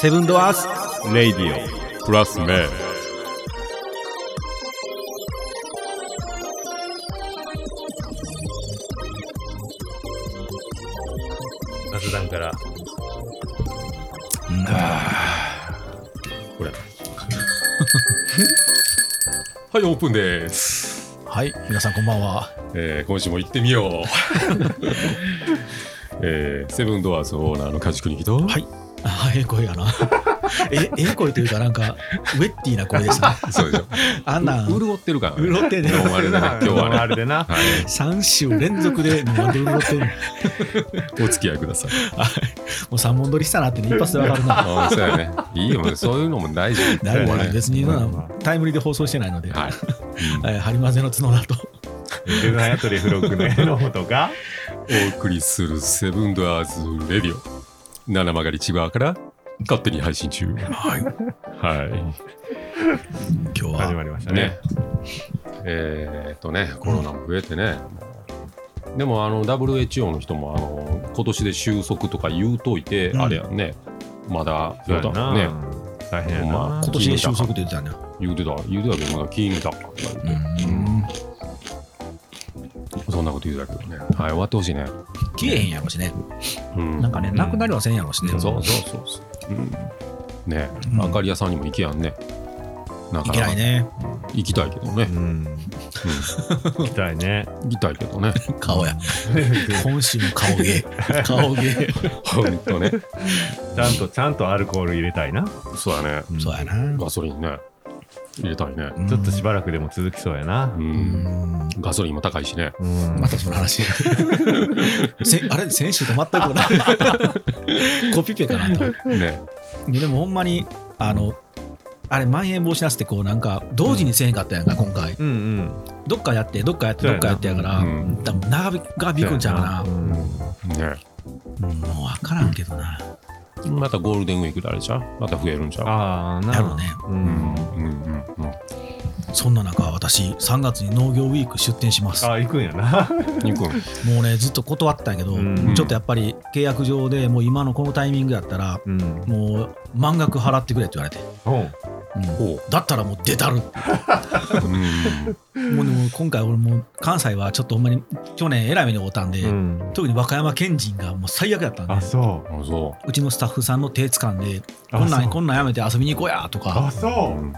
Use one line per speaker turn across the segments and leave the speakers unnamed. セブンドアース
レイディオプラスメン
雑談から。これ。はい、オープンです。
はい皆さんこんばんは
えー今週も行ってみ よう。えーセブンドアーズオーナーの家畜に来た。はい
あええ声やな えええ声というかなんかウェッティな声ですね
い、そうでしょ。
あんなん
う潤ってるから、ね。
潤ってね
ノーマルでね、今日はね。
あれでな。
は
3週連続でなんで潤ってんのも
い、お付き合いください。
う3本撮りしたなってね一発でわかるな
ああ、そうやね。いいよ、 そういうのも大事。
なるほ
は
ど
い
別にな
ま
タイムリーで放送してないので、
はい。
えー、ハリマゼの角だと
デザインアトリーフロックの絵のことが、
お送りするセブンドアーズレディオ七曲り千葉から勝手に配信中はいは
今日
始
は
まりまし
い
た
ね
ね。
えー、っとねコロナも増えてね、でもあの WHO の人もあの今年で収束とか言うといて、
うん
あれやんねまだ
そうやな。
ね
大変やな。
ほんま
今年で収束って言ってたね
言うてた言うてたけどまだ金だから
う
言うて
ん
そんなこと言うだけどねはい終わってほしいね
消えへんやろしね
うん
なんかねなくなりはせんやろしね
そうそうそうそう、うん、ねえ、
うん
あかり屋さんにも行けやんねな
い
かな
け
か
ないね
行きたいけどね
う、ん。行きたいね。
行きたいけ どね
顔や本誌の顔芸顔芸
本当ね
ちゃんと、ちゃんとアルコール入れたいな。
そうやね
うん
そうやな
ガソリンね入れたいね
うん
ちょっとしばらくでも続きそうやな
う。
うんん
ガソリンも高いしね
うん
またその 話せあれ先週と全く同じ コピペかなと
ね
でもほんまにあのあれまん延防止なすってこうなんか同時にせえへんかったやんか今回
うんうん。
どっかやってどっかやってどっかやってやから
うん
多分長引くんちゃうかな
うん
ね
うんもう分からんけどな
またゴールデンウィークであれちゃうまた増えるんちゃう
ああ、な
やろうね
う
うんん。うんうんうん
そんな中私3月に農業ウィーク出店します
ああ、行くんやな。
ニくん
もうねずっと断ってたんやけど、
うん
ちょっとやっぱり契約上でもう今のこのタイミングやったら
うん。
もう満額払ってくれって言われて、
ほう
うん
ほ
だったらもう出たるって
ううん
もうでも今回俺もう関西はちょっとほんまに去年えらい目に遭うたんで、
うん。
特に和歌山県人がもう最悪やったん
あ、
で
そう。
あそう
ちのスタッフさんの手掴んで
あ
こんなん
そう
こんなんやめて遊びに行こうやと
あ、
か
う
そ
ん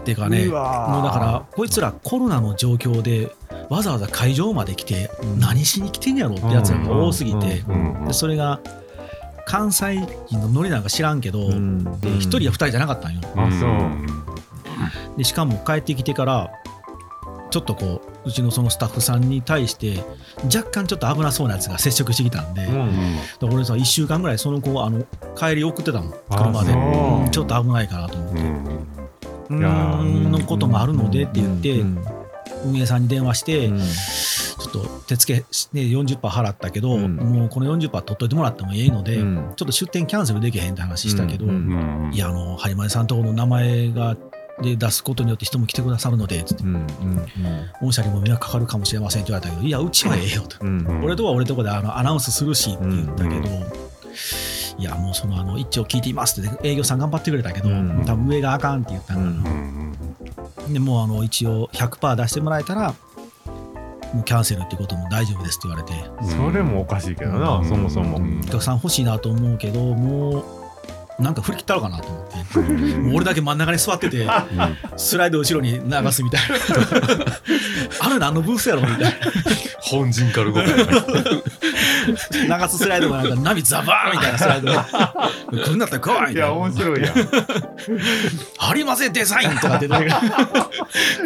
ってか
う。
ね
うわー
もうだからこいつらコロナの状況でわざわざ会場まで来て何しに来てんやろってやつが多すぎて。
うんうんうん
うん
でそれが関西人のノリなんか知らんけど、
うん
で1人や2人じゃなかったんよ
ん
あそうん
でしかも帰ってきてからちょっとこううちのそのスタッフさんに対して若干ちょっと危なそうなやつが接触してきたんで,、
うん
で俺さ1週間ぐらいその子をあの帰り送ってたもん
あ
車で
そう
ちょっと危ないからと思って
うんうん
う
いや
ーん
ー
のこともあるのでって言って
うん
運営さんに電話して、
うん
ちょっと手付けして40%払ったけど、
うん
もうこの40%取っといてもらってもいいので、
うん
ちょっと出店キャンセルできへんって話したけど、
うんうん
うん
いや、あの、ハリマネさんとこの名前が、で出すことによって人も来てくださるので、つって、
うん
御社にも迷惑かかるかもしれませんって言われたけど、いや、うちはええよと。
うんうん
俺とは俺とこであのアナウンスするしって言ったけど、
うん
いや、もうその、あの、一応聞いていますってね、営業さん頑張ってくれたけど、
うん
多分上があかんって言った
う
の、
ん
うん
でもう、あの、一応100%出してもらえたら、もうキャンセルってことも大丈夫ですって言われて、
うん
それもおかしいけど
う
なんそもそも
うん
お客さん欲しいなと思うけど、もう、なんか振り切ったのかなと思って、 もう俺だけ真ん中に座ってて。
うん
スライド後ろに流すみたいな。 あれ何のブースやろみたい
本陣から動く
な。流すスライドがなんかナビザバーンみたいなスライドが。 こんなったら怖い
い
みたい
や面
な。
白いやん
ハリマゼデザインとかって出 てくる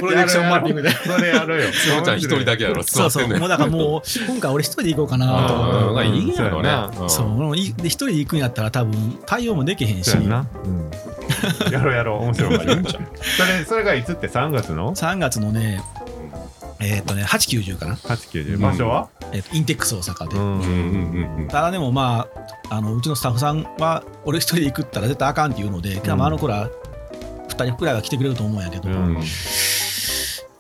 プロジェクションマッピングで。
それやろうよ
そうちゃん一人だけやろ
そ
座
う
って
そうん
ね
もうだからもう今回俺一人で行こうかなと思っ
あ
うん
あいいんやろね
てそうもういで一人で行くんやったら多分対応もできへんし
そうやなうんやろうやろう面白い
いいんじゃん
それそれがいつって3月の
3月のねえーっとね890かな、
890場所は
えーっとインテックス大阪で、
うん
うんうんうんうん
ただでもまああのうちのスタッフさんは俺一人で行くったら絶対あかんって言うので、多分あの子ら2人くらいは来てくれると思うんやけど、
う
こ
ん
うん
れ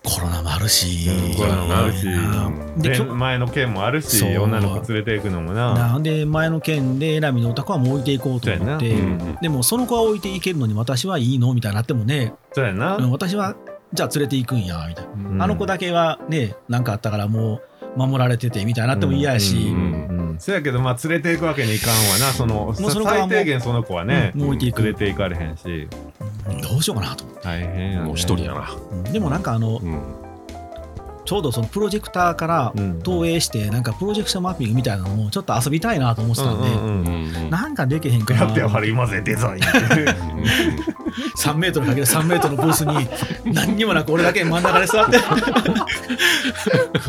コロナもあるし、
うんコロナもある
う
し
んで
で
きょ
前の件もあるし
そう
女の子連れていくのもな
なんで前の件でラミのお宅はもう置いていこうと思っ
そう
て、
や
なうん
でもその子は置いていけるのに私はいいのみたいになってもね、
そうやな、
うん私はじゃあ連れていくんやみたいな、
うん
あの子だけはね何かあったからもう守られててみたいになっても嫌やし、
うんうんうんそうやけどまあ連れていくわけにいかんわなその
うその子はもう
最低限その子はね、
うんもう置いていく
連れていかれへんし
うんどうしようかなと思って
大変や、ね、
もう一人やな。
うんでもなんかあの、
うん。
ちょうどそのプロジェクターから
うん
投影してなんかプロジェクションマッピングみたいなのもちょっと遊びたいなと思ってたんで、
うんうんうん
なんかできへんか
やってや
な
はり今ぜデザ インって
3メートルかける3メートルのブースに何にもなく俺だけ真ん中で座って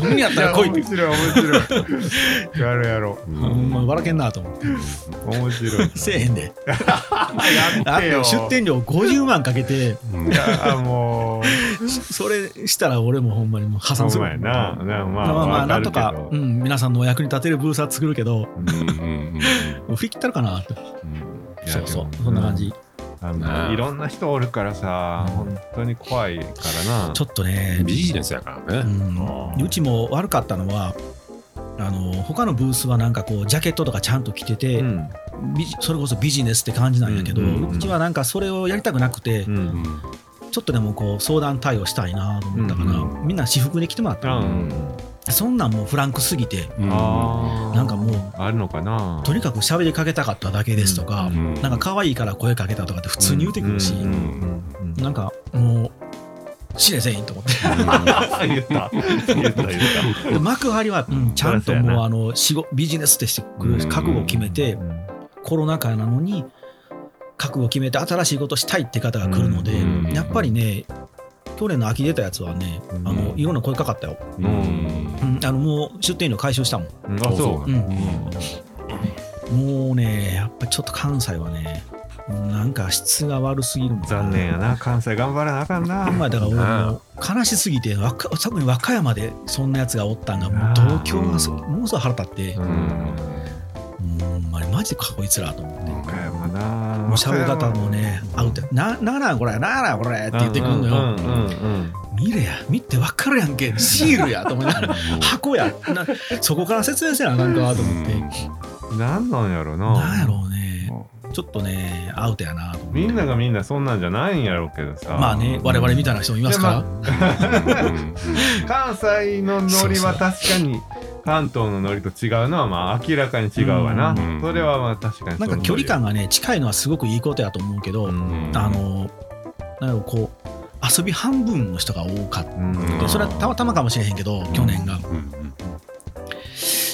何やったら来いって
面白い面白いやるやろ
ほんま笑けんなと思って
面白い
せえへんで
や
あ
ってよ
と出店料50万かけて
いやもう
それしたら俺もほんまにもう破産す
ほん
る
まやななま
ま
あ
あまあまあなんと
わ
か
る、
う
けど
ん、皆さんのお役に立てるブースは作るけど振り切ったるかなって
いや
そうそ
で
う
も
そんな感じ
あ
なあ
のいろんな人おるからさ
うん
本当に怖いからな
ちょっとね
ビジネスやから
う
ね。
んうちも悪かったのはあの他のブースはなんかこうジャケットとかちゃんと着てて、
うん
ビジそれこそビジネスって感じなんやけど、う
うんうんうん
ちはなんかそれをやりたくなくて、
う
うん
ん
ちょっとでもこう相談対応したいなと思ったから、
うん
みんな私服で来てもらっ
う
た、
ん
そんなんもうフランクすぎて
あー
なんかもう
あるのかな
とにかく喋りかけたかっただけですとか、
う
なんか可愛いから声かけたとかって普通に言うてくるし、
うんうんうん
なんかもう死ねせんと思って
あ言った言った言った
で幕張は、うんちゃんと
そうや
もう
な
あの仕事ビジネスとしてくる
うん
覚悟を決めて、
うん
コロナ禍なのに覚悟を決めて新しいことしたいって方が来るので、
うん
やっぱりね去年の秋出たやつはね、
うん
あのいろんな声かかったよ、うんあのもう出店料回収したもん、
うんあそ
う
う
んもうねやっぱちょっと関西はねなんか質が悪すぎるもん
残念やな関西頑張らなあかんな
まあだから俺も悲しすぎてわか特に和歌山でそんなやつがおったんがもう同郷がそ
うん
ものすごい腹立って
う、ん
もうほんまにマジでかこいつらと思って。
岡山な
もう喋り方もね、アウトやな、なんなんこれ、なんなんこれって言ってくんのよ。
うんうんうん
見れや見てわかるやんけシールやと思いながら箱やなそこから説明せなあかんかと思って、
うんなんなんやろな
なんやろうねちょっとねアウトやなと思って
みんながみんなそんなんじゃないんやろうけどさ
まあね我々みたいな人もいますから、
で関西のノリは確かに関東のノリと違うのはまあ明らかに違うわな
うん
それはまあ確かにそ
な
うん
か距離感がね近いのはすごくいいことやと思うけど、
うん
あのなんやろうこう遊び半分の人が多かっ
うん
たそれはたまたまかもしれへんけど去年が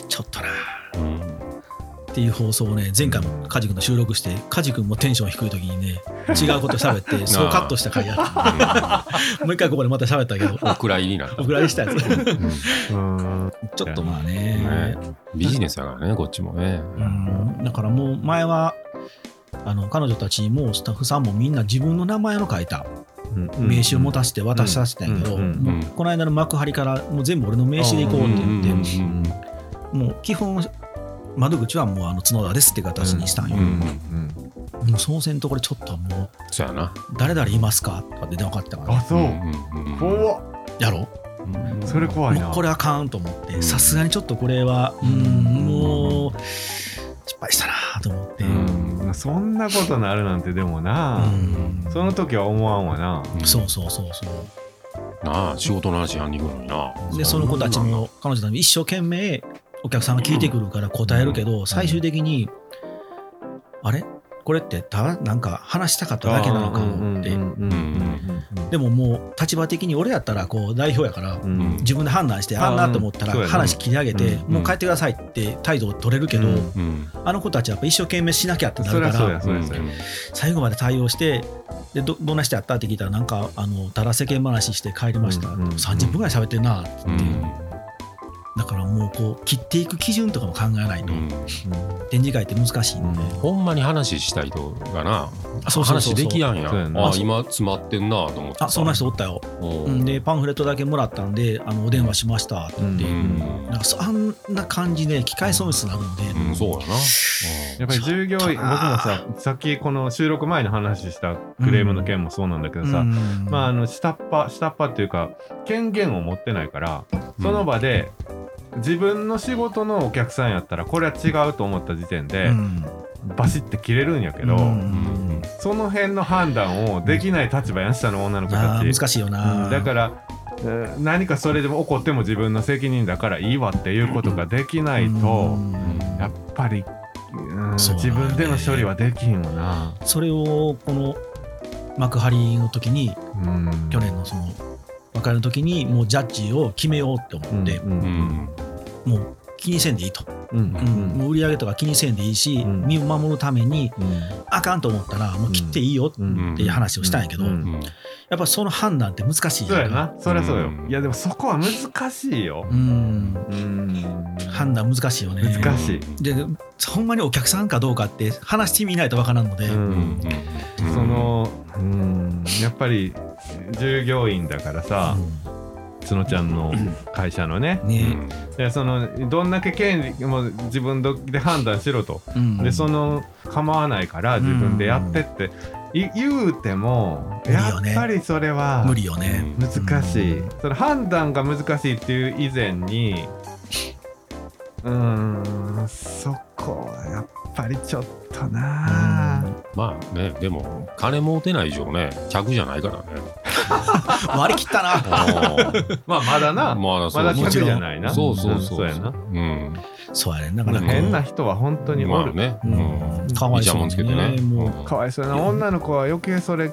ちょっとなっていう放送をね前回も梶君と収録して梶君もテンション低い時にね違うこと喋っ てそうカットした回やったもう一回ここでまた喋ったけど、
お蔵入りになった
お。蔵入りしたや つ。
うん
ちょっとまあね。
ビジネスやからね、こっちもね。
うん、だからもう前は、あの彼女たちもスタッフさんもみんな自分の名前の書いた名刺を持たせて渡しさせたんやけど、
うんうん
もうこの間の幕張からもう全部俺の名刺で行こうって言って、もう基本窓口はもうあの角田ですって形にしたんよ、
うん
うん
もうそうせんとこれちょっとも
そうやな。
う誰々いますかとかで電話かかってたから
あそう怖っ
やろ
それ怖い
も
な
うこれあかんと思っ
う
て
ん
さすがにちょっとこれはうんもう失敗したなと思って、
うんそんなことなるなんてでもな
うん
その時は思わんわな
そうそうそうそう
なあ仕事の話やんにくのにな
でその子たちも彼女たちも一生懸命お客さんが聞いてくるから答えるけど最終的にあれこれってただなんか話したかっただけなのかもってでももう立場的に俺やったらこう代表やから
うん
自分で判断してあんなと思った
うんそう
ら
やな
話切り上げて
うん
もう帰ってくださいって態度を取れるけど
うん
うん
あの子たちはやっぱ一生懸命しなきゃってな
そ
る
り
か
ゃそう
ら
やそうやそうや
最後まで対応してでどどんな人やったって聞いたらなんかあのたら世間話して帰りました、
うんうん
30分ぐらい喋ってんなっていう、だからもうこう切っていく基準とかも考えないと、
うん
展示会って難しいんで、
ほんまに話したい人がな
あそうそうそうそう
話できやんや
そうやな
あ
あそう
今詰まってんなと思って
あそんな人おったよ、
お
うん、でパンフレットだけもらったんであのお電話しましたって言って、
う
うん
なんかそあんな感じで機械損失になるんで、
うんそうやな
やっぱり従業員、僕もさ、さっきこの収録前に話したクレームの件もそうなんだけどさ、
うん
まあ、あの下っ端下っ端っていうか権限を持ってないから
うん
その場で自分の仕事のお客さんやったらこれは違うと思った時点で
うん
バシッて切れるんやけど、
うん
うん
その辺の判断をできない立場やん下の女の子
あ
た
ー
ち
難しいよな、
うんだからえー何かそれでも怒っても自分の責任だからいいわっていうことができないと
うん
やっぱり、うん
そうだ
自
よね
分での処理はできんよな、
それをこの幕張の時に
うん、
去年のその別れの時にもうジャッジを決めようって思って、
うんうん
もう気にせんでいいと、
うん
うんもう売り上げとか気にせんでいいし、
うん
身を守るために
うん
あかんと思ったらもう切っていいよ
うん
っていう話をしたんやけど、
うん
うん
やっぱその判断って難しい
そうや
んか
な、そりゃそうよ
う。ん
いや、でもそこは難しいよ
う。ん
うん。
判断難しいよね
難しい。
でほんまにお客さんかどうかって話してみないとわからんので、
うん
うんうん
その、うん、やっぱり従業員だからさ、角ちゃんの会社のね
う、ん
う
ね
ん
でそのどんだけ権利もう自分で判断しろと、
うん
でその構わないから自分でやってって、い言うても、
無理
や
よね
っぱりそれは
無理よね、
難しい、
う
その判断が難しいっていう以前にうーんそこはやっぱりちょっとなあ
まあねでも金儲てない以上ね客じゃないからね
割り切ったな
まあまだ
まあ
な、まだ
そう
客じゃないな
そうそうそう
そうやな
うん
そうやねだからこう
変な人は本当にお
まあ
る、
ね
うん
うん
かわいそうにね
いちゃもんつけてね
もう
うん
かわいそうやな女の子は余計それ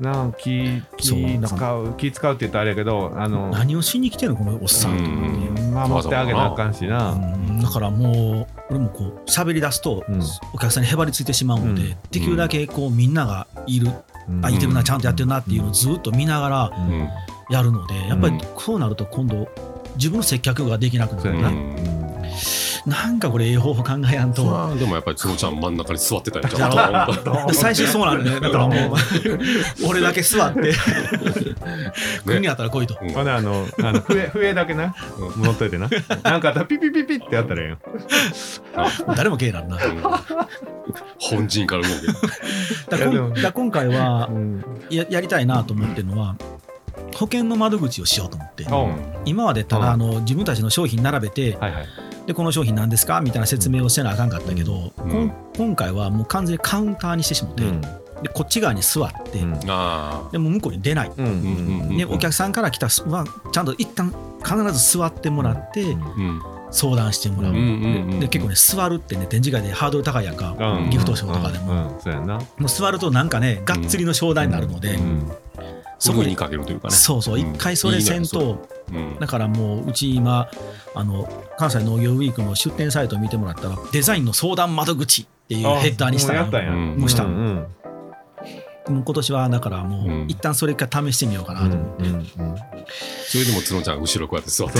なあ気気使う気使うって言ったらあれやけどあの
何をしに来てんのこのおっさんと思って、
守ってあげなあかんしな
うんだからもう俺もこう喋り出すと
うん
お客さんにへばりついてしまうので、
うん
できるだけこうみんながいる、
うん
あいてるなちゃんとやってるなっていうのをずっと見ながら
うん
やるのでやっぱ
う
り
ん
そうなると今度自分の接客ができなくな
そう
るな,、
やな、
うん
なんかこれええ方法考えやんと。
まあでもやっぱりつぼちゃん真ん中に座ってたよち
じゃ
ゃんと
最初そうなんだよね。だからもう、俺だけ座って、国に当たら来いと。
ほなあのあの笛笛だけな
う
持っといてななんかあったらピピピピってやったらええよ
誰も芸なんな。だか
本陣から動け
らこん
いやでも
だから今回は
うん
や、やりたいなと思ってるのは、保険の窓口をしようと思って。
あ
今までただ
うん
あの自分たちの商品並べて
はいはい
でこの商品なんですかみたいな説明をせなあかんかったけど、
うん
こん今回はもう完全にカウンターにしてしまって、
うん
でこっち側に座って、
うん
あ
でもう向こうに出ない、
うんうん
でお客さんから来た人はちゃんと一旦必ず座ってもらって、
うん
うん
相談してもらう、
うん
で結構ね座るってね展示会でハードル高いやんか、
うん
ギフトショーとかでも,、
うんうんそうやな
もう座るとなんかねがっつりの商談になるので、
うん
そ
そ
こ
こ
で
にかけるというかね
そうそう
うん
一回それせんと、
いいねうん
だからもううち今あの関西農業ウィークの出店サイトを見てもらったらデザインの相談窓口っていうヘッダーにした
もう
ら
やったんや
うん
もうした
うんうん
もう今年はだからもう、
うん
一旦それ一回試してみようか
う
なと、
んうん
それでもつのちゃん後ろこうやって座って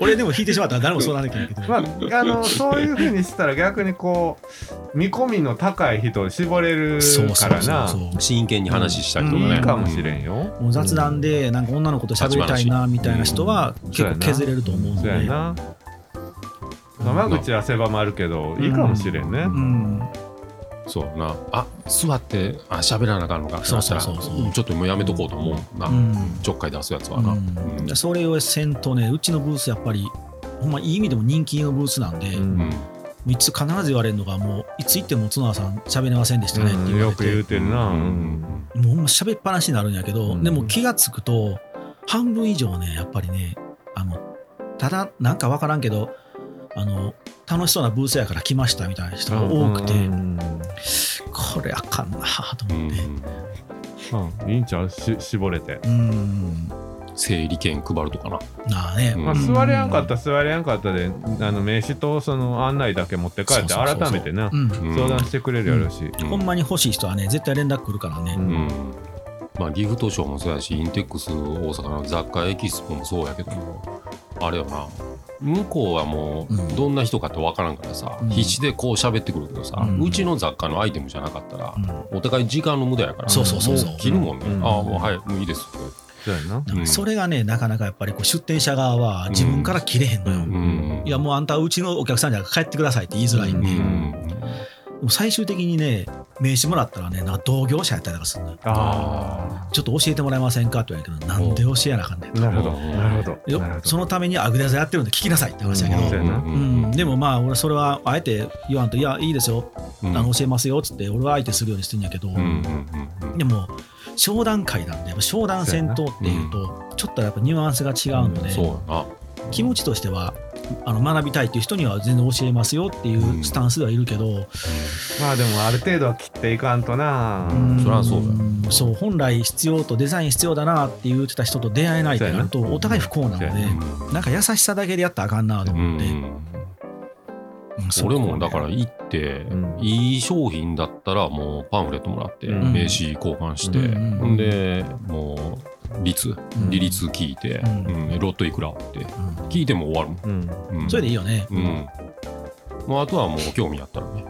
俺でも引いてしまったら誰も相談できないけど、
まああのそういうふうにしたら逆にこう見込みの高い人を絞れる
そうそ
か
う
ら
そう
な
そう
真剣に話したりとか
うん
ね
いいかもしれんよ
もう雑談でなんか女の子と喋りたいなみたいな人は結構削れると思うの
そう
で、
やな生口は狭まるけどいいかもしれんね
うん、
そうやなあ座ってあ喋らなあかんのかって
そ
な
う
った
そう
ら
そうそう
うんちょっともうやめとこうと思うな
うん
ちょっかい出すやつはな
うんそれをせんとねうちのブースやっぱりほんまいい意味でも人気のブースなんで、
う
も
うん
ん
ういつ必ず言われるのがもういつ行っても角田さん喋れませんでしたねって
うん
言わ
よ
れ
く
て、
言うてるな
う
うんん
もうほんま喋っぱなしになるんやけど、
うん
でも気がつくと半分以上ねやっぱりねあのただなんかわからんけどあの楽しそうなブースやから来ましたみたいな人が多くて、
うん
これあかんなと
う
思って。
ん
うんいいんちゃうし絞れて
うん
整理券配るとかな
なあね、
うん
まあ、座れやんかったら座れやんかったであの名刺とその案内だけ持って帰って
そうそうそうそう
改めてな
うん
うん
相談してくれるやろうし、
ほんまに欲しい人はね絶対連絡来るからね、
うん
うんまあ、ギフトショーもそうやし、インテックス大阪の雑貨エキスポもそうやけども、あれよな向こうはも
うん
うどんな人かって分からんからさ、
うん
必死でこう喋ってくるけどさ、
う
うんちの雑貨のアイテムじゃなかったら、
うんだ
お互い時間の無駄やから
そうそうそうそう
も切るもんね、
うん
ああもうはいもういいですって
そうやな。
からそれがねなかなかやっぱりこう出店者側は自分から切れへんのよ、
うん
うん
いやもうあんたうちのお客さんじゃ帰ってくださいって言いづらいんで,、
うん
でも最終的にね名刺もらったらねな同業者やったりとかするのよ
あ
ちょっと教えてもらえませんかって言われるけどなんで教えやなあかんねん
あ。なるほど。
うん
なるほど。
よ
なるほど
そのためにアグデザやってるんで聞きなさいって話やけど、
そうやな
う
うんん、でもまあ俺それはあえて言わんと「いやいいですよ、
うん
あの教えますよ」っつって俺は相手するようにしてんやけど、
うんうんうんうん
でも商談会なんでやっぱ商談戦闘っていうとちょっとやっぱニュアンスが違うので、
そうやな
気持ちとしてはあの学びたいっていう人には全然教えますよっていうスタンスではいるけど、
まあでもある程度は切っていかんとな。
ん
そりゃそうだよ
そう本来必要とデザイン必要だなって言ってた人と出会えないってなると
そうやな
お互い不幸なので、
そうや
なんか優しさだけでやったらあかんなと
うん
思って、うんそう
俺もだから行って、
うん
いい商品だったらもうパンフレットもらって、
うん
名刺交換して、
うん
ほんでもう率
ん
利率聞いて、
うん
うんロットいくらって
うん
聞いても終わるもん
うん。
うん、
それでいいよね、
うんもうあとはもう興味あったらね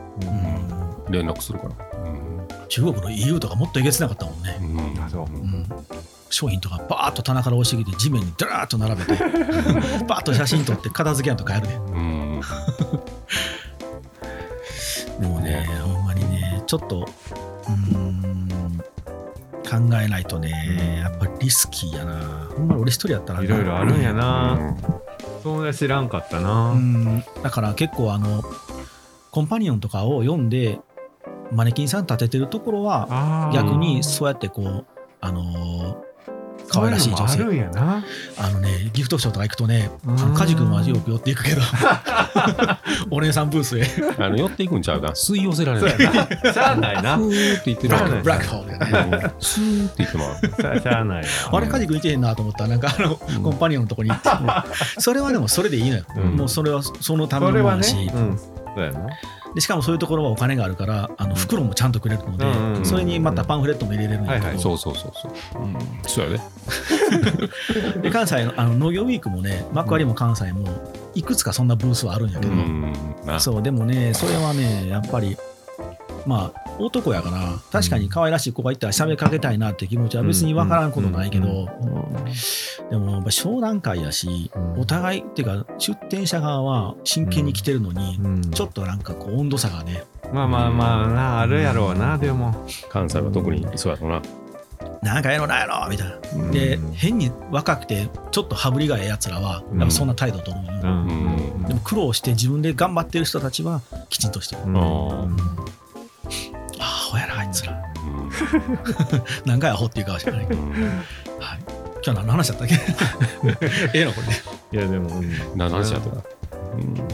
うん
連絡するからうん、
中国の EU とかもっとえげつなかったもんね、
うん
あそう
うん商品とかバーッと棚から押してきて地面にダラーッと並べ てバーッと写真撮って片付けやんと帰るね
うん
でもねほんまにねちょっとうーん考えないとねやっぱりリスキーやなほんまに俺一人やったら
いろいろあるんやな。
うん
そんな知らんかった
う
な。
んだから結構あのコンパニオンとかを読んでマネキンさん立ててるところは
あー
逆にそうやってこうあのー可愛らしい女
そう
性
うのもあるんやな。
あのね、ギフトショーとか行くとね、
うん
カジ君はよく寄っていく けど、お姉さんブースへ、
あの寄っていくんちゃうか吸い寄せられ
そう
る
やな。しゃあないな
ふ。ーって言って
ブ
る
ラ
そう
ッ
なん
ク
や
ブラックホールがね。
スーって言ってもらう
しゃしゃあない
あれ、カジ君いてへんなと思ったら、なんかあの、
ん
コンパニオンのとこに行って、それはでもそれでいいのよ。
うん
もうそれはそのた
な。
めの
そ
も
れ
の
は
だ
ね。
し、
うん。そうやな。
で、しかもそういうところはお金があるから、あの袋もちゃんとくれるので、
うんうんうん
それにまたパンフレットも入れれるんだけど、
はいはい
そうそうそうそう、うん、そうやね
で関西のあの農業ウィークもね、幕張も関西も、いくつかそんなブースはあるんやけ
う
ど、
んな
そうでもねそれはねやっぱりまあ男やから確かに可愛らしい子がいたら喋りかけたいなって気持ちは別に分からんことないけ
うん
どでもやっぱ商談会やし
うん
お互いっていうか出店者側は真剣に来てるのに
うん
ちょっとなんかこう温度差がね
まあまあまあなあるやろうなでも
関西は特にそうやろな
なんかええのないやろみたいな。
うん
で変に若くてちょっと羽振りがええやつらはやっぱそんな態度取るのよ
う
で
ん
うん
も苦労して自分で頑張ってる人たちはきちんとしてる。
うん
あ
ああ、ほやな、あいつら。何回アホっていう顔してないけど。はい。今日何の話だ ったっけええのこれね。
いやでもうん
何の話やった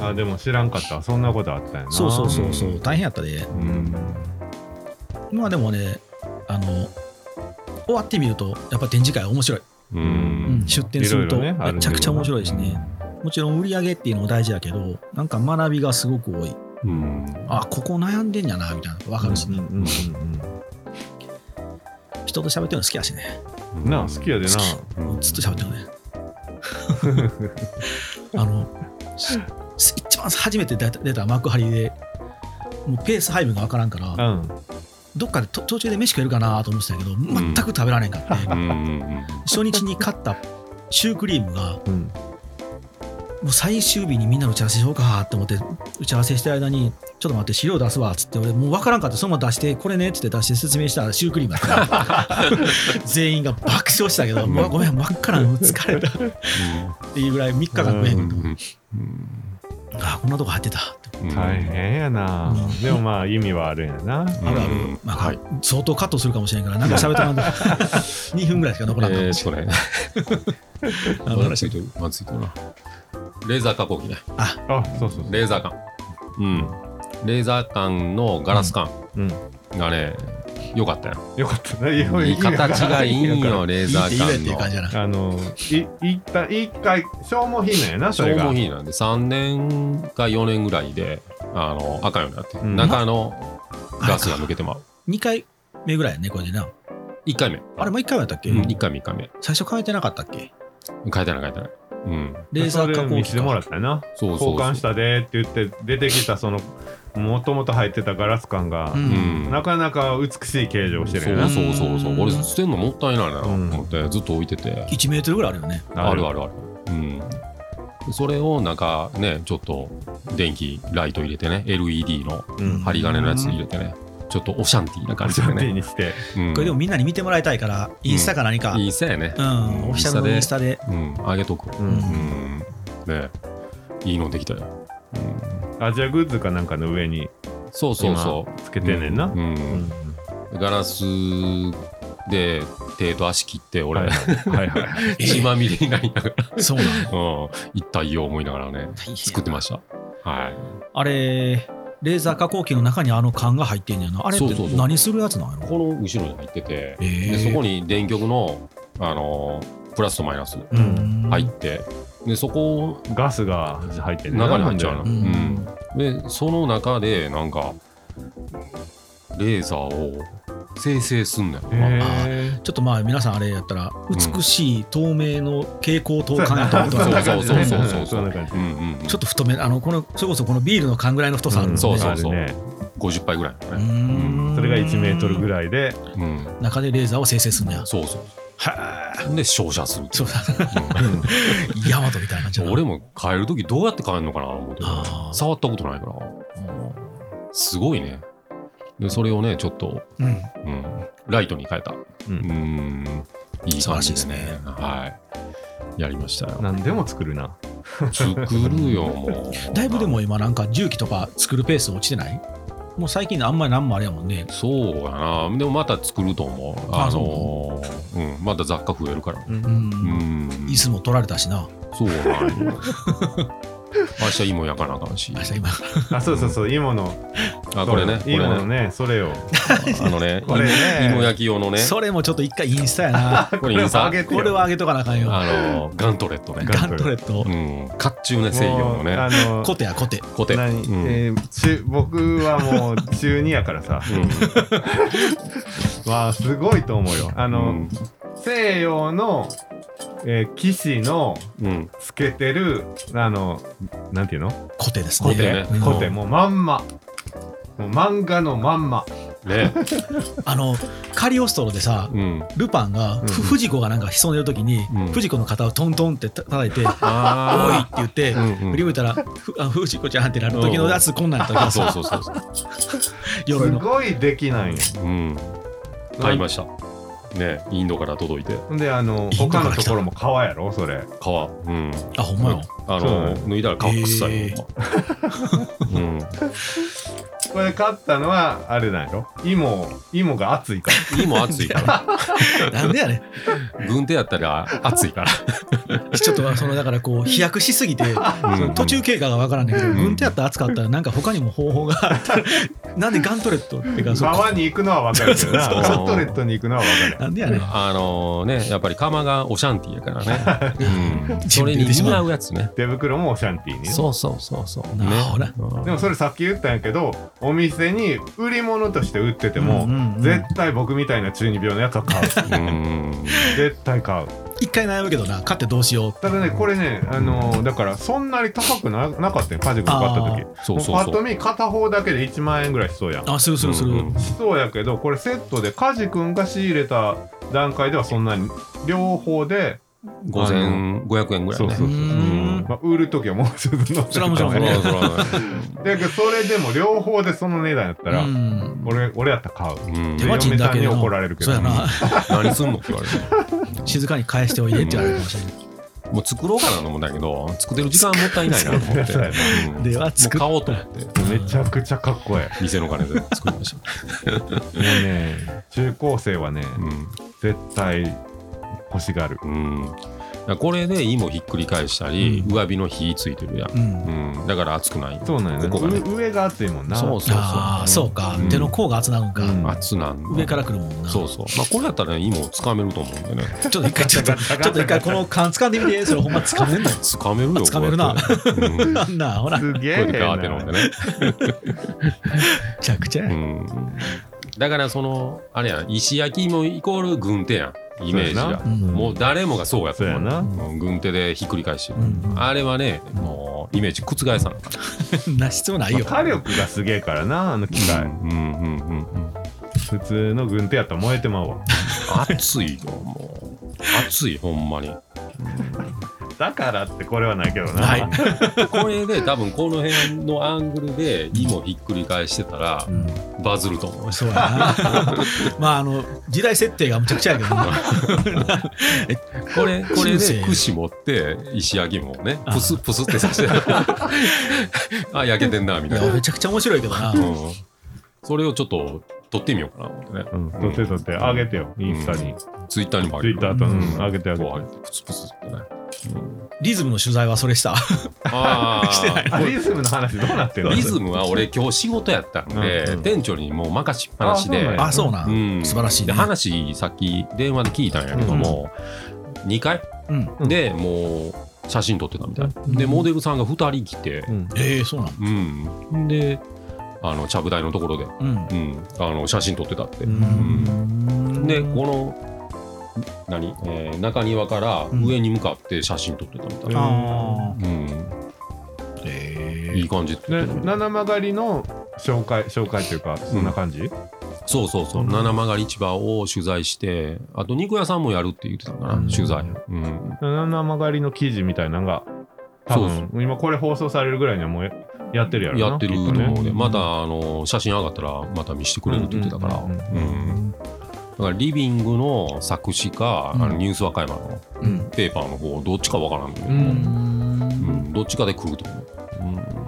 か
あでも知らんかったそんなことあったんやな
そうそうそうそう。大変やったで。
うん
まあでもね、あの、終わってみると、やっぱ展示会面白い。
う
うん
ん
出展すると
いろいろねあるけど
めちゃくちゃ面白いしね。もちろん売り上げっていうのも大事だけど、なんか学びがすごく多い。
うん
あ、ここ悩んでんやな、みたいなのわかるし
うん
ね。
うんうん
人と喋ってるの好きやしね。
うんなあ好きやでな
好き。ずっと喋ってるね。 あの、し一番初めて出た出た幕張で、もうペース配分がわからんから、
うん
どっかでと途中で飯食えるかなと思ってたけど全く食べられん かって、
うんうん
初日に買ったシュークリームが
うん
もう最終日にみんなの打ち合わせしようかと思って打ち合わせしてる間にちょっと待って資料出すわっつって俺もう分からんかってそのまま出してこれねっつって出して説明したらシュークリームだった 全員が爆笑したけど、もうごめん分からんもう疲れたっていうぐらい3日間食えへん
う
か
ん
った、ああこんなとこ入ってたって
大変やな
うん
でもまあ意味はあるんやな
あるある、まあ
はい
相当カットするかもしれんからなんか喋ってもらうと2 分ぐらいしか残らんか
え
も
ー
し
そ
れな
れ
あの
ま
話
ずいとまずいとなレーザー加工機ね
あ
あそうそうそう
レーザー缶うんレーザー缶のガラス缶
うん
がねよかったよ
よかったないや
いい形がいいんよ
い
レー
い
ザ
って
ー
言えっていう
缶の
感じやな
あのいいった一回消耗品なんやなそ
消
れが
耗品なんで3年か4年ぐらいであの赤ようになって、
うん
中のガスが抜けてまう
2回目ぐらいやねこれでな
1回目
あれもう1回目やったっけ、
うん、1回目1回目
最初変えてなかったっけ
変えてない変えてないうん。
レーザー加
それ
工
見せ
機
てもら
か
ったよな。
そうそうそう。
交換したでって言って出てきたそのもともと入ってたガラス感が
う、
うんん。
なかなか美しい形状してるよ
そうそ
な。
うそうそうう。
ん
俺捨てんのもったいないなと
うん
思ってずっと置いてて。
1メートルぐらいあるよね
あるあるある。うん。それをなんかね、ちょっと電気、ライト入れてね、LED の
うん
針金のやつに入れてね、ちょっとオシャンティーな感
オ
じ
シャ
で
ンティー
ね。
にして。
うん
これでもみんなに見てもらいたいからインスタか何か
いいさやね
う。んオフィシャルのインスタで
うん、あげとく。
う
うんん。ねいいのできたよ。うん
アジアグッズかなんかの上に
そうそうそ
今つ
う。
けてんねんな。
う。
うんん
ガラスで手と足切って、
はい
俺、
はいは い。
血まみれになりながら、
そうなの
うん、一体を思いながらね、作ってました。はい。
あれレーザー加工機の中にあの缶が入ってんねやなあれって
そうそうそう
何するやつなんやろ
この後ろに入ってて、
えー
でそこに電極の、あのープラスとマイナス
う
入って、でそこ
ガスが入ってんねんな
中に入っちゃうの、
う
うんんでその中でなんかレーザーを生成すんだよな、
へー
ちょっとまあ皆さんあれやったら
ん
美しい透明の蛍光灯缶やと思って
そ
も
う
ら
や
う
な
そうそうそう
そ
そううそう
そ
う
そんな感じ
うんうんうん
ちょっと太めあのこのそれこそこのビールの缶ぐらいの太さあるん
ん
ですね、
そうそう
あるね
50杯ぐらい
う
のね、
ーん
それが1メートルぐらいで、
うん、
中でレーザーを生成す るのや
そうそ
はあ
うで照射するって
そ
い
うだ
う
ヤマトみたいな感じ
う
だな
ん 俺も変える時どうやって変えるのかなと思って
あー
触ったことないからすごいねでそれをねちょっと
うん
うん、ライトに変えた。
う
うんん、いい
素晴
感
らしい
じ
です
でね。
ね
はい。やりましたよ。
何でも作るな。
作るよ、も う。
だいぶで。も今なんか重機とか作るペース落ちてないもう最近あんまり何もあれやもんね
そうやな。でもまた作ると思う。
あ
あのー、うん、また雑貨増えるから。
う
うんん。
椅子も取られたしな
そうやな。明日いいもん焼かなあかんし
明。日今
あ、そうそうそう、いいもの。
あ、これね。こ
いい
れ
もの
ね。
ね、それを。
あのね、
これね
いも焼き用のね。
それもちょっと一回インスタやな
これインスタ
あげて
これ
よ。
は上げとかなあかんよ
あのー、ガントレットね。
ガントレット
うん。甲冑ね、西洋の
もうあ
ね。
の
コテやコテ
コテ。
何
うん、
えー中僕はもう中2やからさ
うん
わあすごいと思うよ。あの、
うん
西洋の、えー騎士の
うん。
つけてるあのなんていうの
コテです
コテ
ね
ね
うん
コテもうまんまもう漫画のまんま
ね。
あのカリオストロでさ
うん。
ルパンが、
うん
ふ藤子がなんか潜んでる時に、
うん
藤子の肩をトントンってた叩いて「おい!」っ
あ
て言って
あ。うん
振り向いたらふあ「藤子ちゃん」ってなる時のやつこんなんやったから
そう
さ
そうそうそ
鎧
す
の
ごいできないよ。
う。うん。買いました。ねインドから届いて
ほんであの
インドから
他のところも川やろそれ
革。うん。
あほんまよ
あ
そうな
の
の
脱いだら革臭い。うん。
これ買ったのはあれなんやろ芋芋が熱いか
今暑いか
なんでやねん
ら。軍手やったら暑いから。
ちょっとそのだから こう飛躍しすぎてその途中経過がわからんねんけど
ん
軍手やったら暑かったらなんか他にも方法があ ったらなんでガントレットっていう
ら
かそう
川に行くのは分かるけどな
そうそうそう
ガントレットに行くのは分かる
なんでやねん
あのねやっぱり釜がオシャンティやからね。うん。それに似合うやつね。
手袋もオシャンティーに
そうそうそうそう。ね
なあほら。
うん
でもそれさっき言ったんやけどお店に売り物として売ってても、
うんうんうん
絶対僕みたいな中二病のやつは買う
うん。
絶対買う
一回悩むけどな買ってどうしよう
ただねこれねあのーだからそんなに高くななかったよカジ君買った時
そう
も
そうう
パッ
そ
と
う。
見片方だけで1万円ぐらいしそうやん
あするするする、
うん
しそうやけどこれセットでカジ君が仕入れた段階ではそんなに両方で、
五千五百円ぐらいね。
そうそうそう
うーん
まあ、売る時はもうちょっと乗せ
それはもちろん
だ
ね
そらそら
けどそれでも両方でその値段やったら、
うん
俺俺やったら買う
うん
手間賃だけでな
嫁さんに怒られるけ
そ
ど
うやな
何すんのって言われる。
静かに返しておいでって言われるかもしれない
もう作ろうかなと思うんだけど、作ってる時間もったいないなと 思って。うん
では
もう
作っ
買おうと思って、
めちゃくちゃかっこええ
店の金で作りました。
もうね、中高生はね、
う
絶対欲しがる。
ん。うん。だからこれで芋ひっくり返したり、
うん
上火の火ついてるやん。
うん
うん。だから熱くない。
そうなんや
ここが
ね
ね。
上上が熱いもんな。
そうそう
ああ
そ
そうか、
うん
手の甲が厚なのか、
うん
う。熱なんだ
上から来るもんな
そうそう。まあこれやったらね、芋をつかめると思うんでね。
ちょっと一回ちょっ とちょっと一回この缶掴んでみ てそれほんま掴めんのよ
つかめるよ。
つかめるな
こうやってうん。こ
なんなほらめ
すげ
うや
え
ってガーって飲んで
な。
ね。
ちゃくちゃや
うん。だからその、あれやん、石焼き芋イコール軍手やん。イメージ
そうや
が
な
うん
もう誰もがそうやと
そう
思
や
う
な
うん軍手でひっくり返してる
うん
あれはねもうイメージ覆さなかった
な必要ないよ。
火力がすげえからなあの機械
うんうんうんうん
普通の軍手やったら燃えてまうわ
熱いよもう熱いほんまに
だからってこれはないけどな、
はい。
これで多分この辺のアングルで芋ひっくり返してたら
うん
バズると思う
そうや な。まあ、あの、時代設定がむちゃくちゃやけど な、
こ れこれ
人生
で串持って石焼きもねプスプスってさして あ焼けてんなみ
い
たい
や
な
めちゃくちゃ面白いけどな。
うんそれをちょっと撮ってみようかな思ってね
うん、撮って撮ってあげてよインスタに、
ツイッターにもあ
ツイ
げ
ッタ
る
ーとう
うん
んあげてあげて
こう入ってプツプツってね
リズムの取材はそれした。
ああ
してない
あリズムの話どうなってんの
リズムは 俺今日仕事やったんで、
うんうん
店長にもう任しっぱなしで
あそう
あ、
なんや
そうな。
うんん
素晴らしい
で
ね。
話さっき電話で聞いたんやけども、2回
うん。
うん
でもう写真撮ってたみたい、
うん
でモデルさんが2人来て
う、ん
ええ、そうなの。
うん、であのちゃぶ台のところで、
うん。
うん、あの写真撮ってたって、
うん
でこの何、えー中庭から
ん
上に向かって写真撮ってたみたいな、
あ
うん
ーええ
いい感じって言
ね
ってた、
七曲がりの紹介紹介というかそんな感じ、
そうそうそう、七曲り市場を取材してあと肉屋さんもやるって言ってたかな、
うん
取材、うん、
七曲がりの記事みたいなのが多分今これ放送されるぐらいにはもうやってるやろな
やってると
きっと
思う
ね
で、またあの写真上がったらまた見してくれるって言ってたから、
うんうん
うんだからリビングの作詞か、
うん
あのニュース和歌山の
うん
ペーパーの方どっちかわからんけど、う
う
う
ん
ん
どっちかで来ると思う、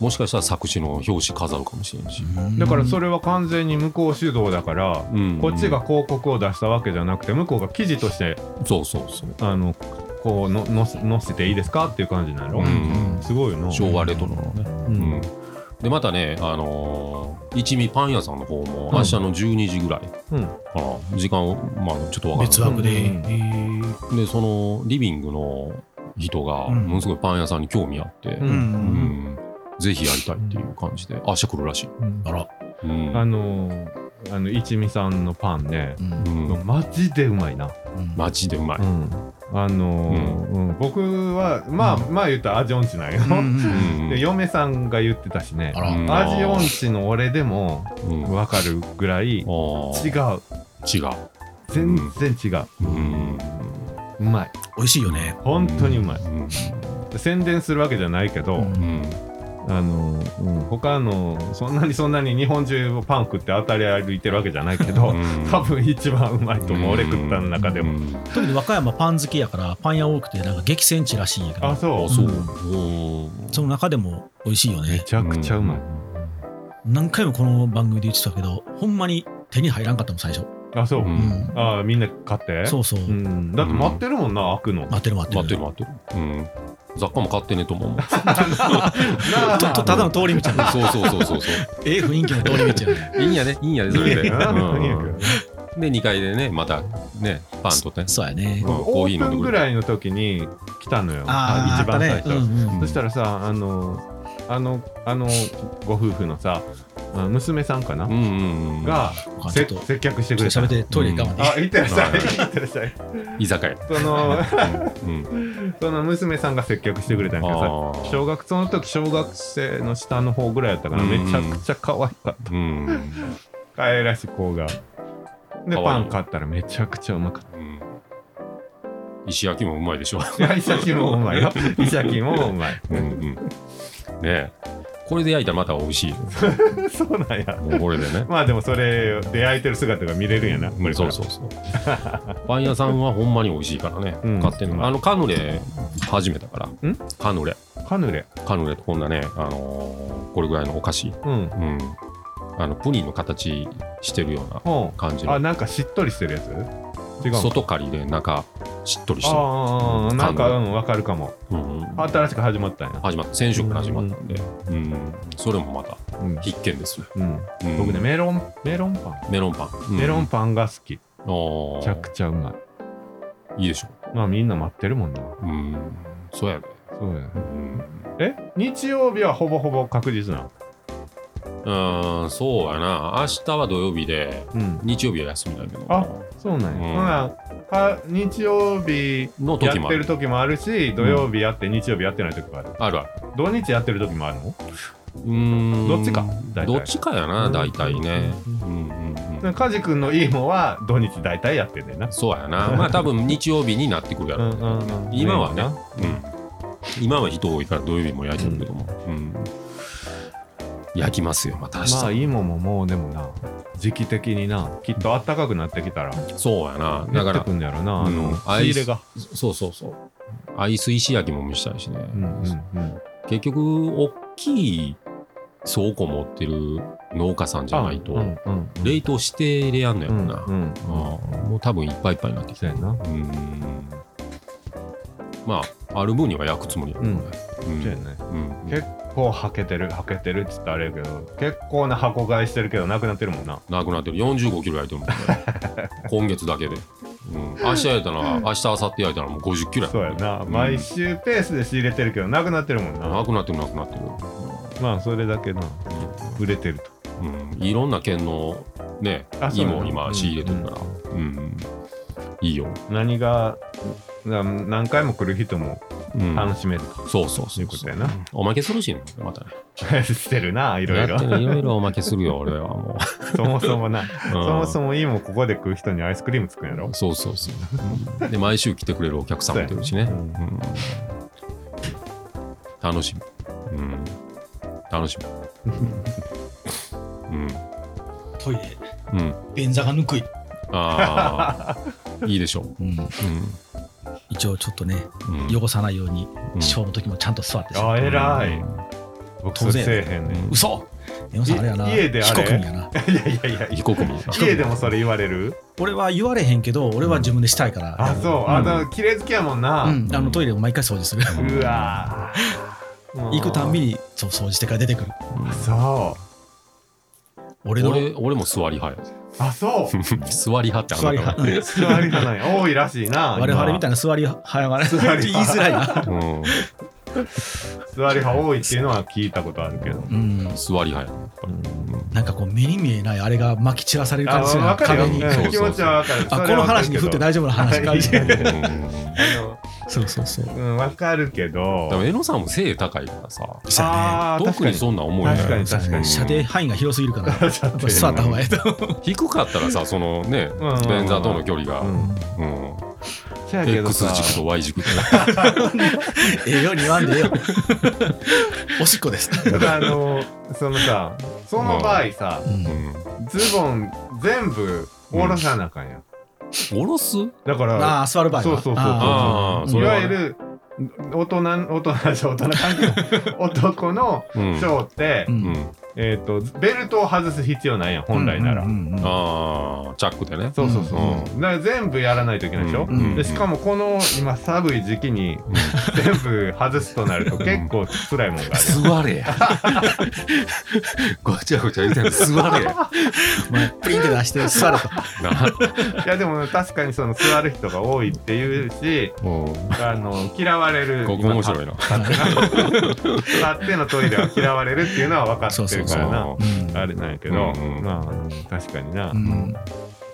もしかしたら作詞の表紙飾るかもしれんし、
だからそ
れ
れは完全に向こう主導だから、
うん
こっちが広告を出したわけじゃなくて向こうが記事として
そうそうそう、
あのこうののせ載せていいですかっていう感じなの、
うん
すごいよな
昭和レトロのね、
う
うんんでまたね、あのー一味パン屋さんの方も
うん
明日の12時ぐらい
うん
かな、時間をまあちょっとわからんけ
別
ど
枠で。え
うん
え
でそのリビングの人が
うん
ものすごいパン屋さんに興味あって、
う
うんん。
うんぜひやりたいっていう感じで明日来るらしい、
あら。
うん
あのーあの一味さんのパンね
う、
うんん、
マジでうまいな、
マジでうまい、
うんあのーうん僕はまあまあ言ったら味音痴なんよ、
うんうんうん
うん
で嫁さんが言ってたしね
あら。
うん
味音痴の俺でも
うんあ
分かるぐらい違う
ー違う、
全然違う、
うん
うまい
美味しいよね。
本当にうまい、
ん
宣伝するわけじゃないけど、
うん
うん
あのーうん他のそんなにそんなに日本中パン食って当たり歩いてるわけじゃないけど、
うん
多分一番うまいと思う、
うん
俺食ったの中で
う
も、
ん
特に和歌山パン好きやからパン屋多くてなんか激戦地らしいんやけ
あ
ど
そう
あそう、
うん
おー
その中でも美味しいよ
め
ね
ちゃくちゃうまい、
何回もこの番組で言ってたけどほんまに手に入らんかったもん最初、
あそ
う
う、
ん
うん
ああみんな買って
そうそう、
うん、だって待ってるもんな、開くの。
待ってる待ってる
待ってる待ってる、うん、雑貨も買ってねとも 思う
なあ
ととただの通り道やな
そうそうそうそうそう
ええ雰囲気の通り道やね
いいんやねいいんやねそれで、
いいやな
うん
いいやけど
で2階でねまたねパンとね
そうやね
うんコ
オ
ーヒー
ー
飲ん
プ
で
ン
く
ぐ
れ
らいの時に来たのよ、
ああ
一番
あ
最
っ
初
たね、うんうん
そしたらさ、あの、あの、あの、ご夫婦のさ、あ娘さんかな、
うんうんうん
が
あちょ
せ
っと
接客して
ちょ
くれ
っと喋
た
っ。てトイレ行かまで、
あ、行ってらっしゃい。
はい
行ってらっしゃい。
居酒屋
その、
うん
その娘さんが接客してくれたんやけど
あ
さ、
ー
小学、その時小学生の下の方ぐらいやったかな、
うん
めちゃくちゃ可愛かっ
うん
た。可愛らしい子が。で、
可愛い
パン買ったらめちゃくちゃうまかった。
うん石焼きもうまいでしょ。
いや、イシャキもうまいよ。 イシャキもうまい。
うんうんねえこれで焼いたらまた美味しいよ。
そうなんや。
もうこれで ね。
まあでもそれで焼いてる姿が見れるんやな。これか
そう
ら
そうそう。パン屋さんはほんまに美味しいからね。
うん
買ってんの。あのカヌレ初めたから。
ん
カヌレ。
カヌレ。
カヌレとこんなね、あのーこれぐらいのお菓子。
うん。
うん。あのプリンの形してるような
ほ
感じ
う。あ、
の。
なんかしっとりしてるやつ違うの。
外刈りで中しっとりしてる。
ああ、なんか、
カ
う
ヌ
ん、わかるかも。
うんうん
新しく始まったんや。
始まった先週から始まったんで、うんそれもまた
うん。
必見ですよ、
うん
うん
僕ね、メロン、メロンパン。
メロンパン、うん
メロンパンが好き。
あー
めちゃくちゃうまい。
いいでしょ
まあみんな待ってるもんな。
うんそうやね、
そうや。
うん
え日曜日はほぼほぼ確実なの
うん、そうやな。明日は土曜日で、
うん。
日曜日は休みだけど。
あそうなんや。
うん
ほなは日曜日
の
や
時も
っ
あ
て
る
る。時もあるし、土曜日やって日曜日やってない時もある。
あるある。
土日やってる時もあるの
うーん。
どっちか大体
どっちかやな、
うん
大体ね。うんうんうん。
カジ君のいいもは土日大体やってんねんな。
そうやな。まあ多分日曜日になってくるやろうね。
うんうんうん
今はね、うん。今は人多いから土曜日も焼いてるけども。うん焼きますよ、また明日。
まあいいもももうでもな、時期的にな、きっと暖かくなってきたら、
そうやな。だ
や
か
って
ら
く、んだろうな、あ
うん
の、
ア
仕
イ
入
ス
れが。
そうそうそう。アイス石焼きも見したいしね。
うんうんうん
結局、大きい倉庫持ってる農家さんじゃないと、
うんうんうん
冷凍して入れやんのや
う
ろ
ん
な。
うん
ああもう多分いっぱいいっぱいになってき
そう
て
や。な。
うん。まあ、ある分には焼くつもりやろうね。うん
そうやね。
うん
結こう、はけてる、はけてるって言ったらあれやけど、結構な箱買いしてるけど、なくなってるもんな。
なくなってる45キロ焼いてるもんね 今月だけで、うん、明日焼いたら明日明後日焼いたらもう50キロ
そうやな。毎週ペースで仕入れてるけど、なくなってるもん
うんな
な。
くなってるなくなってる、
まあ、それだけな、売れてると。
うん、いろんな県のね
あそう
芋を今仕入れてるから、うんいいよ、
何が、な何回も来る人も
うん、
楽しめる
そうそう
と
そ
いううこ
そう
とやな。
おまけするしねまたね
してるな、いろい
や
ろ
っ。てねいろいろおまけするよ俺はも
そもそもな、
う、
そもそ
も
もいいもんここで食う人にアイスクリーム作るんやろ。
そうそうそう、うんで毎週来てくれるお客さんもいてるしね、
そう
う
やね
ん、楽しみ、うん、楽しみうん
トイレ、
うん。
便座がぬくい。
あ あ、いいでしょう。
うん一応ちょっとね、
うん。うん、
汚さないように、
うん
ショーの時もちゃんと座ってさ。
あ、偉い。
う
僕それせえへんねん。
嘘山さんあれやな。
い家であれ
被告人やな。
いやいやいや
ん。、非国民。
家でもそれ言われる
俺は言われへんけど、俺は自分でしたいから。
あ、そう。あ、
うん
だから綺麗好きやもんな。
うん、あのトイレを毎回掃除する。
うわぁ。もう
行くたんび。にそう掃除してから出てくる。
そ
俺の
俺、俺も座り派や。
う。あ、そう。
座り派ってあ
座り
な
派。
た
うん
座りがない。多いらしいな。
我々みたい
い
な座り早がれ
座りは
言いづらいな。
うん。
な。座り派多いっていうのは聞いたことあるけど。
うん、
座り派や。
なんかこう目に見えないあれがまき散らされる
あ、
感じするな
わかるよ。
壁に。
そう
う
そ
ん
う
気持ちはわかる。
あこの
それはわかる
話に振って大丈夫な話か
はい
みたいな。
うん。
けど。
そうそうそう。
あのうん、わかるけど
で。も、江野さんも背高いからさ。
そうや
ああ、確
特
か
に
に。
そんな思いない
確かに
ね
確かに。
射程範囲が広すぎる から、やっぱ座った方がええと思う。
低かったらさ、そのね
んうん、
便座との距離が、
う
うんん。
せやけど
X
さ
軸と Y 軸で。
ええように言わんでええよ。おしっこです。
ただあのそのさその場合さ
う、ん
うん
ズボン全部下ろさなあかんやん、
下ろす
だから
ああ、座る場合は。
そうそうそう
あ
ああ、
そ
い
れは
わ
ね
ゆる大人大人じゃ大人関係ない男の
う
シ
ん。
ョーって、
ーう
うんん。
えっ、とベルトを外す必要ないやん本来なら、
うんうんうん
ああ、チャックでね。
そうそうそう、
う
だから全部やらないといけないでしょ、
ん
でしかもこの今寒い時期に全部外すとなると結構辛いもんがある
座れ や。ごちゃごちゃ言うてんの座 れや。
お前プリンって出して座ると。
な、
いやでも確かにその座る人が多いっていうし
もう、
あの嫌われる
ここも面白いな。
立ってのトイレは嫌われるっていうのは分かってるからな
そ
うん
あれなんやけど、
うんうん
まあうん確かにな、
うん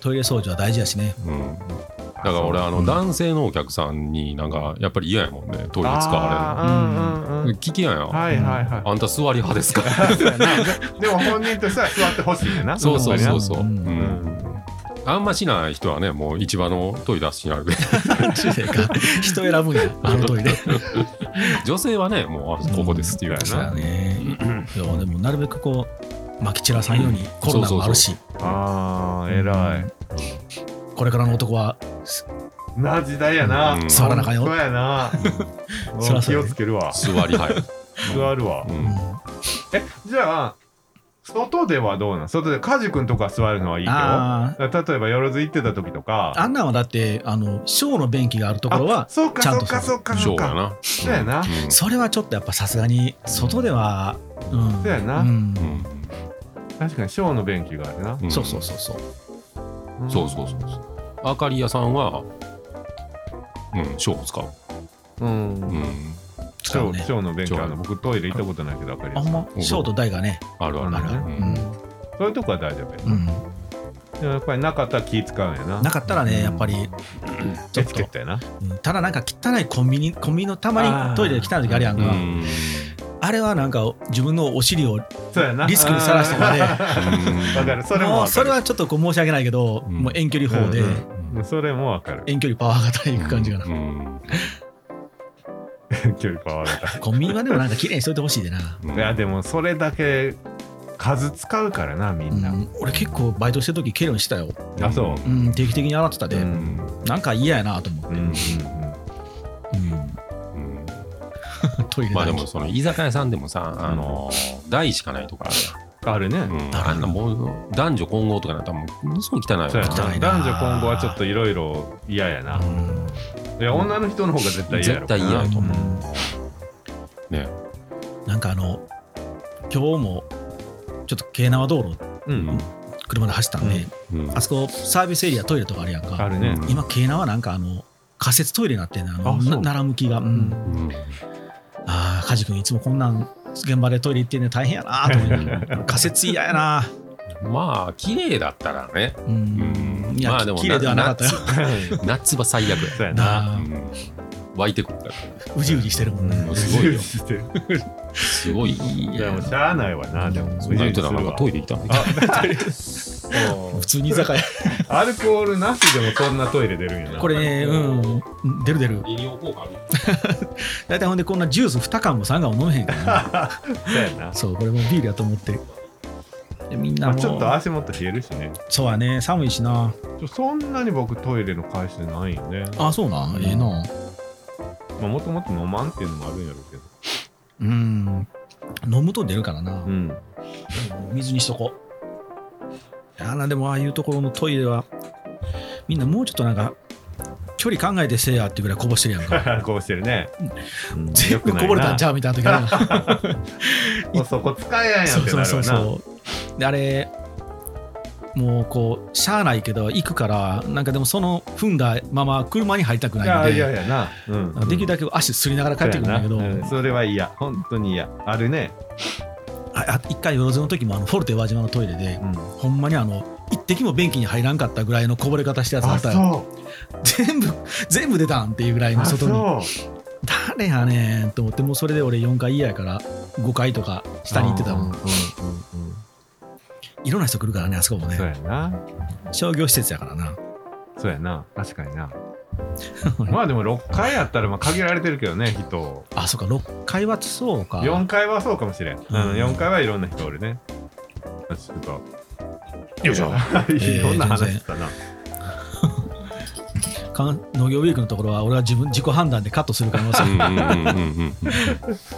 トイレ掃除は大事やしね。
うん。だから俺、あの、男性のお客さんになんか、やっぱり嫌やもんね、トイレ使わ
あーうんうん
れ
うん
るの。聞きやんや。
はいはいはい
あんた座り派 ですか
そうやなででも本人としては座ってほしいねんな
そうそうそうそう。う
うん
ん。あんましない人はね、もう市場のトイレ出しになるけど、
人生か人選ぶんや、あのトイレ。
女性はね、もうあここですっていうや
そうや
な。
ね。いやでもなるべくこう、まき散らさんようにコロナもあるし、
あー偉い
これからの男は
な時代やな、
うん
座らなあかんよ
そうやな
そらそう
気
や
をつけるわ
座り派や。
座るわ、
うん
う
えじゃあ外ではどうなん外でカジ君とか座るのはいい
ん
けど
あー
だから例えばよろず行ってた時とか
あんなんはだって、あの、ショーの便器があるところは
あ、そうか
ちゃんと
そうかそうか
ショ
そう
ーや
か
な。
そうやな
うん
それはちょっとやっぱさすがに、外では、うん。
そうやな
うん
うん
確かにショーの便器があるな
うん
そうそうそうそう。
ん
そうそうそうそう。あかり屋さんは、うん、ショーを使う。
うん
うん。
使うね
ショーの勉強あ
ショー
の僕トイレ行ったことないけど分かり
あ
や
ほ
す
ん
い
まショート大がね
あるある
あるある
う
うん
ん
そういうとこは大丈夫や、
うん
でもやっぱりなかったら気使うんやな
なかったらねやっぱりちょ
エ
っ
チケッ
と
トやな
うんただなんか汚いコンビニコンビニのたま
あー
にトイレで汚い時あるやん
う
か
ん
あれはなんか自分のお尻を
そうやな
リスクにさらして まで
分かるそれもわか
もう
る
それはちょっとこう申し訳ないけど
うん
もう遠距離法で
うんうんそれもわ かる
遠距離パワー型でいく感じかな
うん
距離パワーだ
コンビニはでもなんか綺麗にしといてほしいでな
うん
いやでもそれだけ数使うからなみんな、
うん俺結構バイトしてる時ケロンしてたよ
あそう
うん定期的に洗ってたで
うん
なんか嫌やなと思っ
うんう
て
ん
うん
うん
トイレ
まあで
だけ
もその居酒屋さんでもさあの台しかないとかあるやん
あるね、
うんあんなもう男女混合とかなったらもうものすごい汚いわ
そうや
汚
ない
な
男女混合はちょっといろいろ嫌やな、
うん
いや女の人の方が絶対嫌やろ
絶対嫌やと思
う
う
ん
ね
なんかあの今日もちょっと京奈和道路
うん
車で走ったんで、
う
うん
あそこサービスエリアトイレとかあるやん
あ
か
るね、
うん
今京奈和なんかあの仮設トイレになってんねあの
あそ
な
う
奈良向きが、うん
うん
ああ梶君いつもこんなん現場でトイレ行ってんね大変やなと思いながら仮設嫌やな
まあ綺麗だったらね
うん、
うん
いや、
まあでも
綺麗ではなかったよ
夏場最悪
そうや
や
な
なあ
うん湧いてくるから
うじうじしてるもんね、
うんすごいよ
してる
すごいい
い
や
やもうしゃあないわなでも
そんなん言ってたらなんかトイレ行ったの
あ
普通に居酒屋
アルコールなしでもそんなトイレ出るんやな
これねうん出る出る
利尿効果ある
大体ほんでこんなジュース2缶も3缶も飲めへんからな
そうやな、
そう、これもうビールやと思って。でみんな
ま
も
あ、
う、
ちょっと足元冷えるしね
そうやね、寒いしな。
ちょそんなに僕トイレの回数ないよね
あ、そうなん、ええな。
まあもともと飲まんっていうのもあるんやろうけど
うん。飲むと出るからな。
うん
水にしとこう。いやな、でもああいうところのトイレは、みんなもうちょっとなんか、距離考えてせえやってぐらいこぼしてるやん か。
こうしてるね、うん
全部こぼれたんち
ゃ
ゃうみたいな時あるやん
うそこ使えやん やん
そ
っ
う
て
そ
な
う
る
そ
わ
う
な
そう。で、あれ、もうこう、しゃあないけど、行くから、なんかでもその踏んだまま車に入りたくないいん
や
で。
いやいやな、うん
できるだけ足すりながら帰ってくるんだけど、
そうやなうんそれは嫌本当に嫌あるね、
ああ一回よろずの時もあのフォルテ輪島のトイレで、ほんまにあの一滴も便器に入らんかったぐらいのこぼれ方したやつあ
あ
ったよ
そう
全部全部出たんっていうぐらいの
あ
外に
そう
誰やねんと思ってもうそれで俺4回嫌やから5回とか下に行ってたも
うん
ん
うんうん
いろんな人来るからねあそこも
うんそう
ね
やな
商業施設やからな
そうやな確かに なまあでも6回やったらまあ限られてるけどね人
あそうか6回はそうか
4回はそうかもしれん、うん、
うん
4回はいろんな人おるねあちょっと
よいしょ
いろんな話したな、
かん農業ウィークのところは俺は自分自己判断でカットする可能 性
うんうんうんうん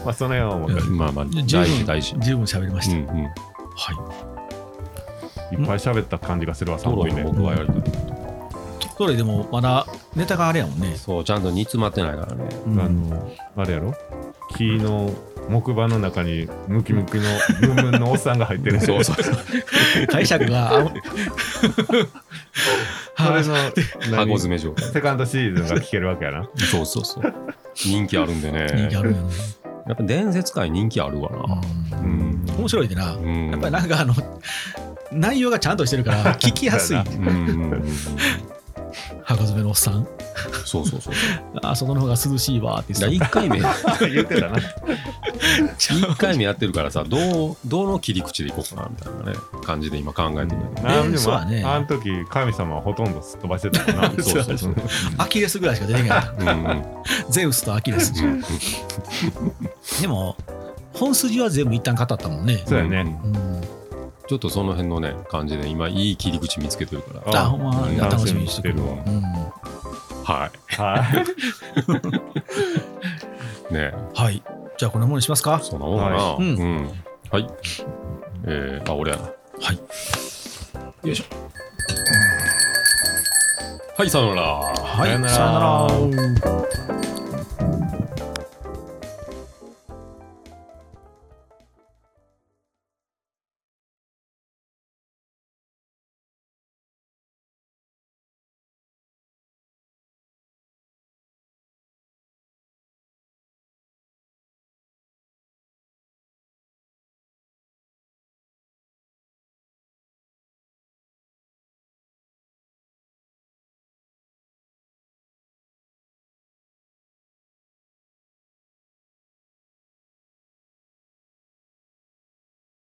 まあその辺はもう
うんまあまあ大
十
事
分
大事
十分喋りました、
うんうん
はい
いっぱい喋った感じがするわ
トロ
寒い
イ
ね
僕はやる
ところででもまだネタがあれやもんね、
そうちゃんと煮詰まってないからね
う
あ
ん
のあれやろ木の木馬の中にムキムキのムンムンのおっさんが入ってる
そうそう
解釈があん
それの
箱
何
詰め状態
セカンドシーズンが聞けるわけやな
そうそうそう人気あるんでね
人気あるよね、
やっぱ伝説界人気あるわな
う
うん
ん面白いでな、
うん
やっぱりなんかあの内容がちゃんとしてるから聞きやすい
うんうんうん
箱詰めのおっさん
そうそうそう
あそこの方が涼しいわって
だ
言って
1回 目
言ってた な
一回目やってるからさどうどの切り口でいこうかなみたいなね感じで今考えてるんだけ
あで
そう
も
だね
あの時神様はほとんどすっ飛ばしてたもんな
そうそうそう
たアキレスぐらいしか出て ない
どうんうん
ゼウスとアキレス
うん
でも本筋は全部一旦語ったもんね
そうやね
うん
ちょっとその辺のね感じで今いい切り口見つけてるから
あほんま
うん
楽しみにしてく
楽
る
しみにして
うん
は
はい
ね
はいじゃあこんなものにしますか
そんなもんかな
はいうん
んはいえーあ俺やなはいよいしょはいさよなら
はい
さよなら
さよなら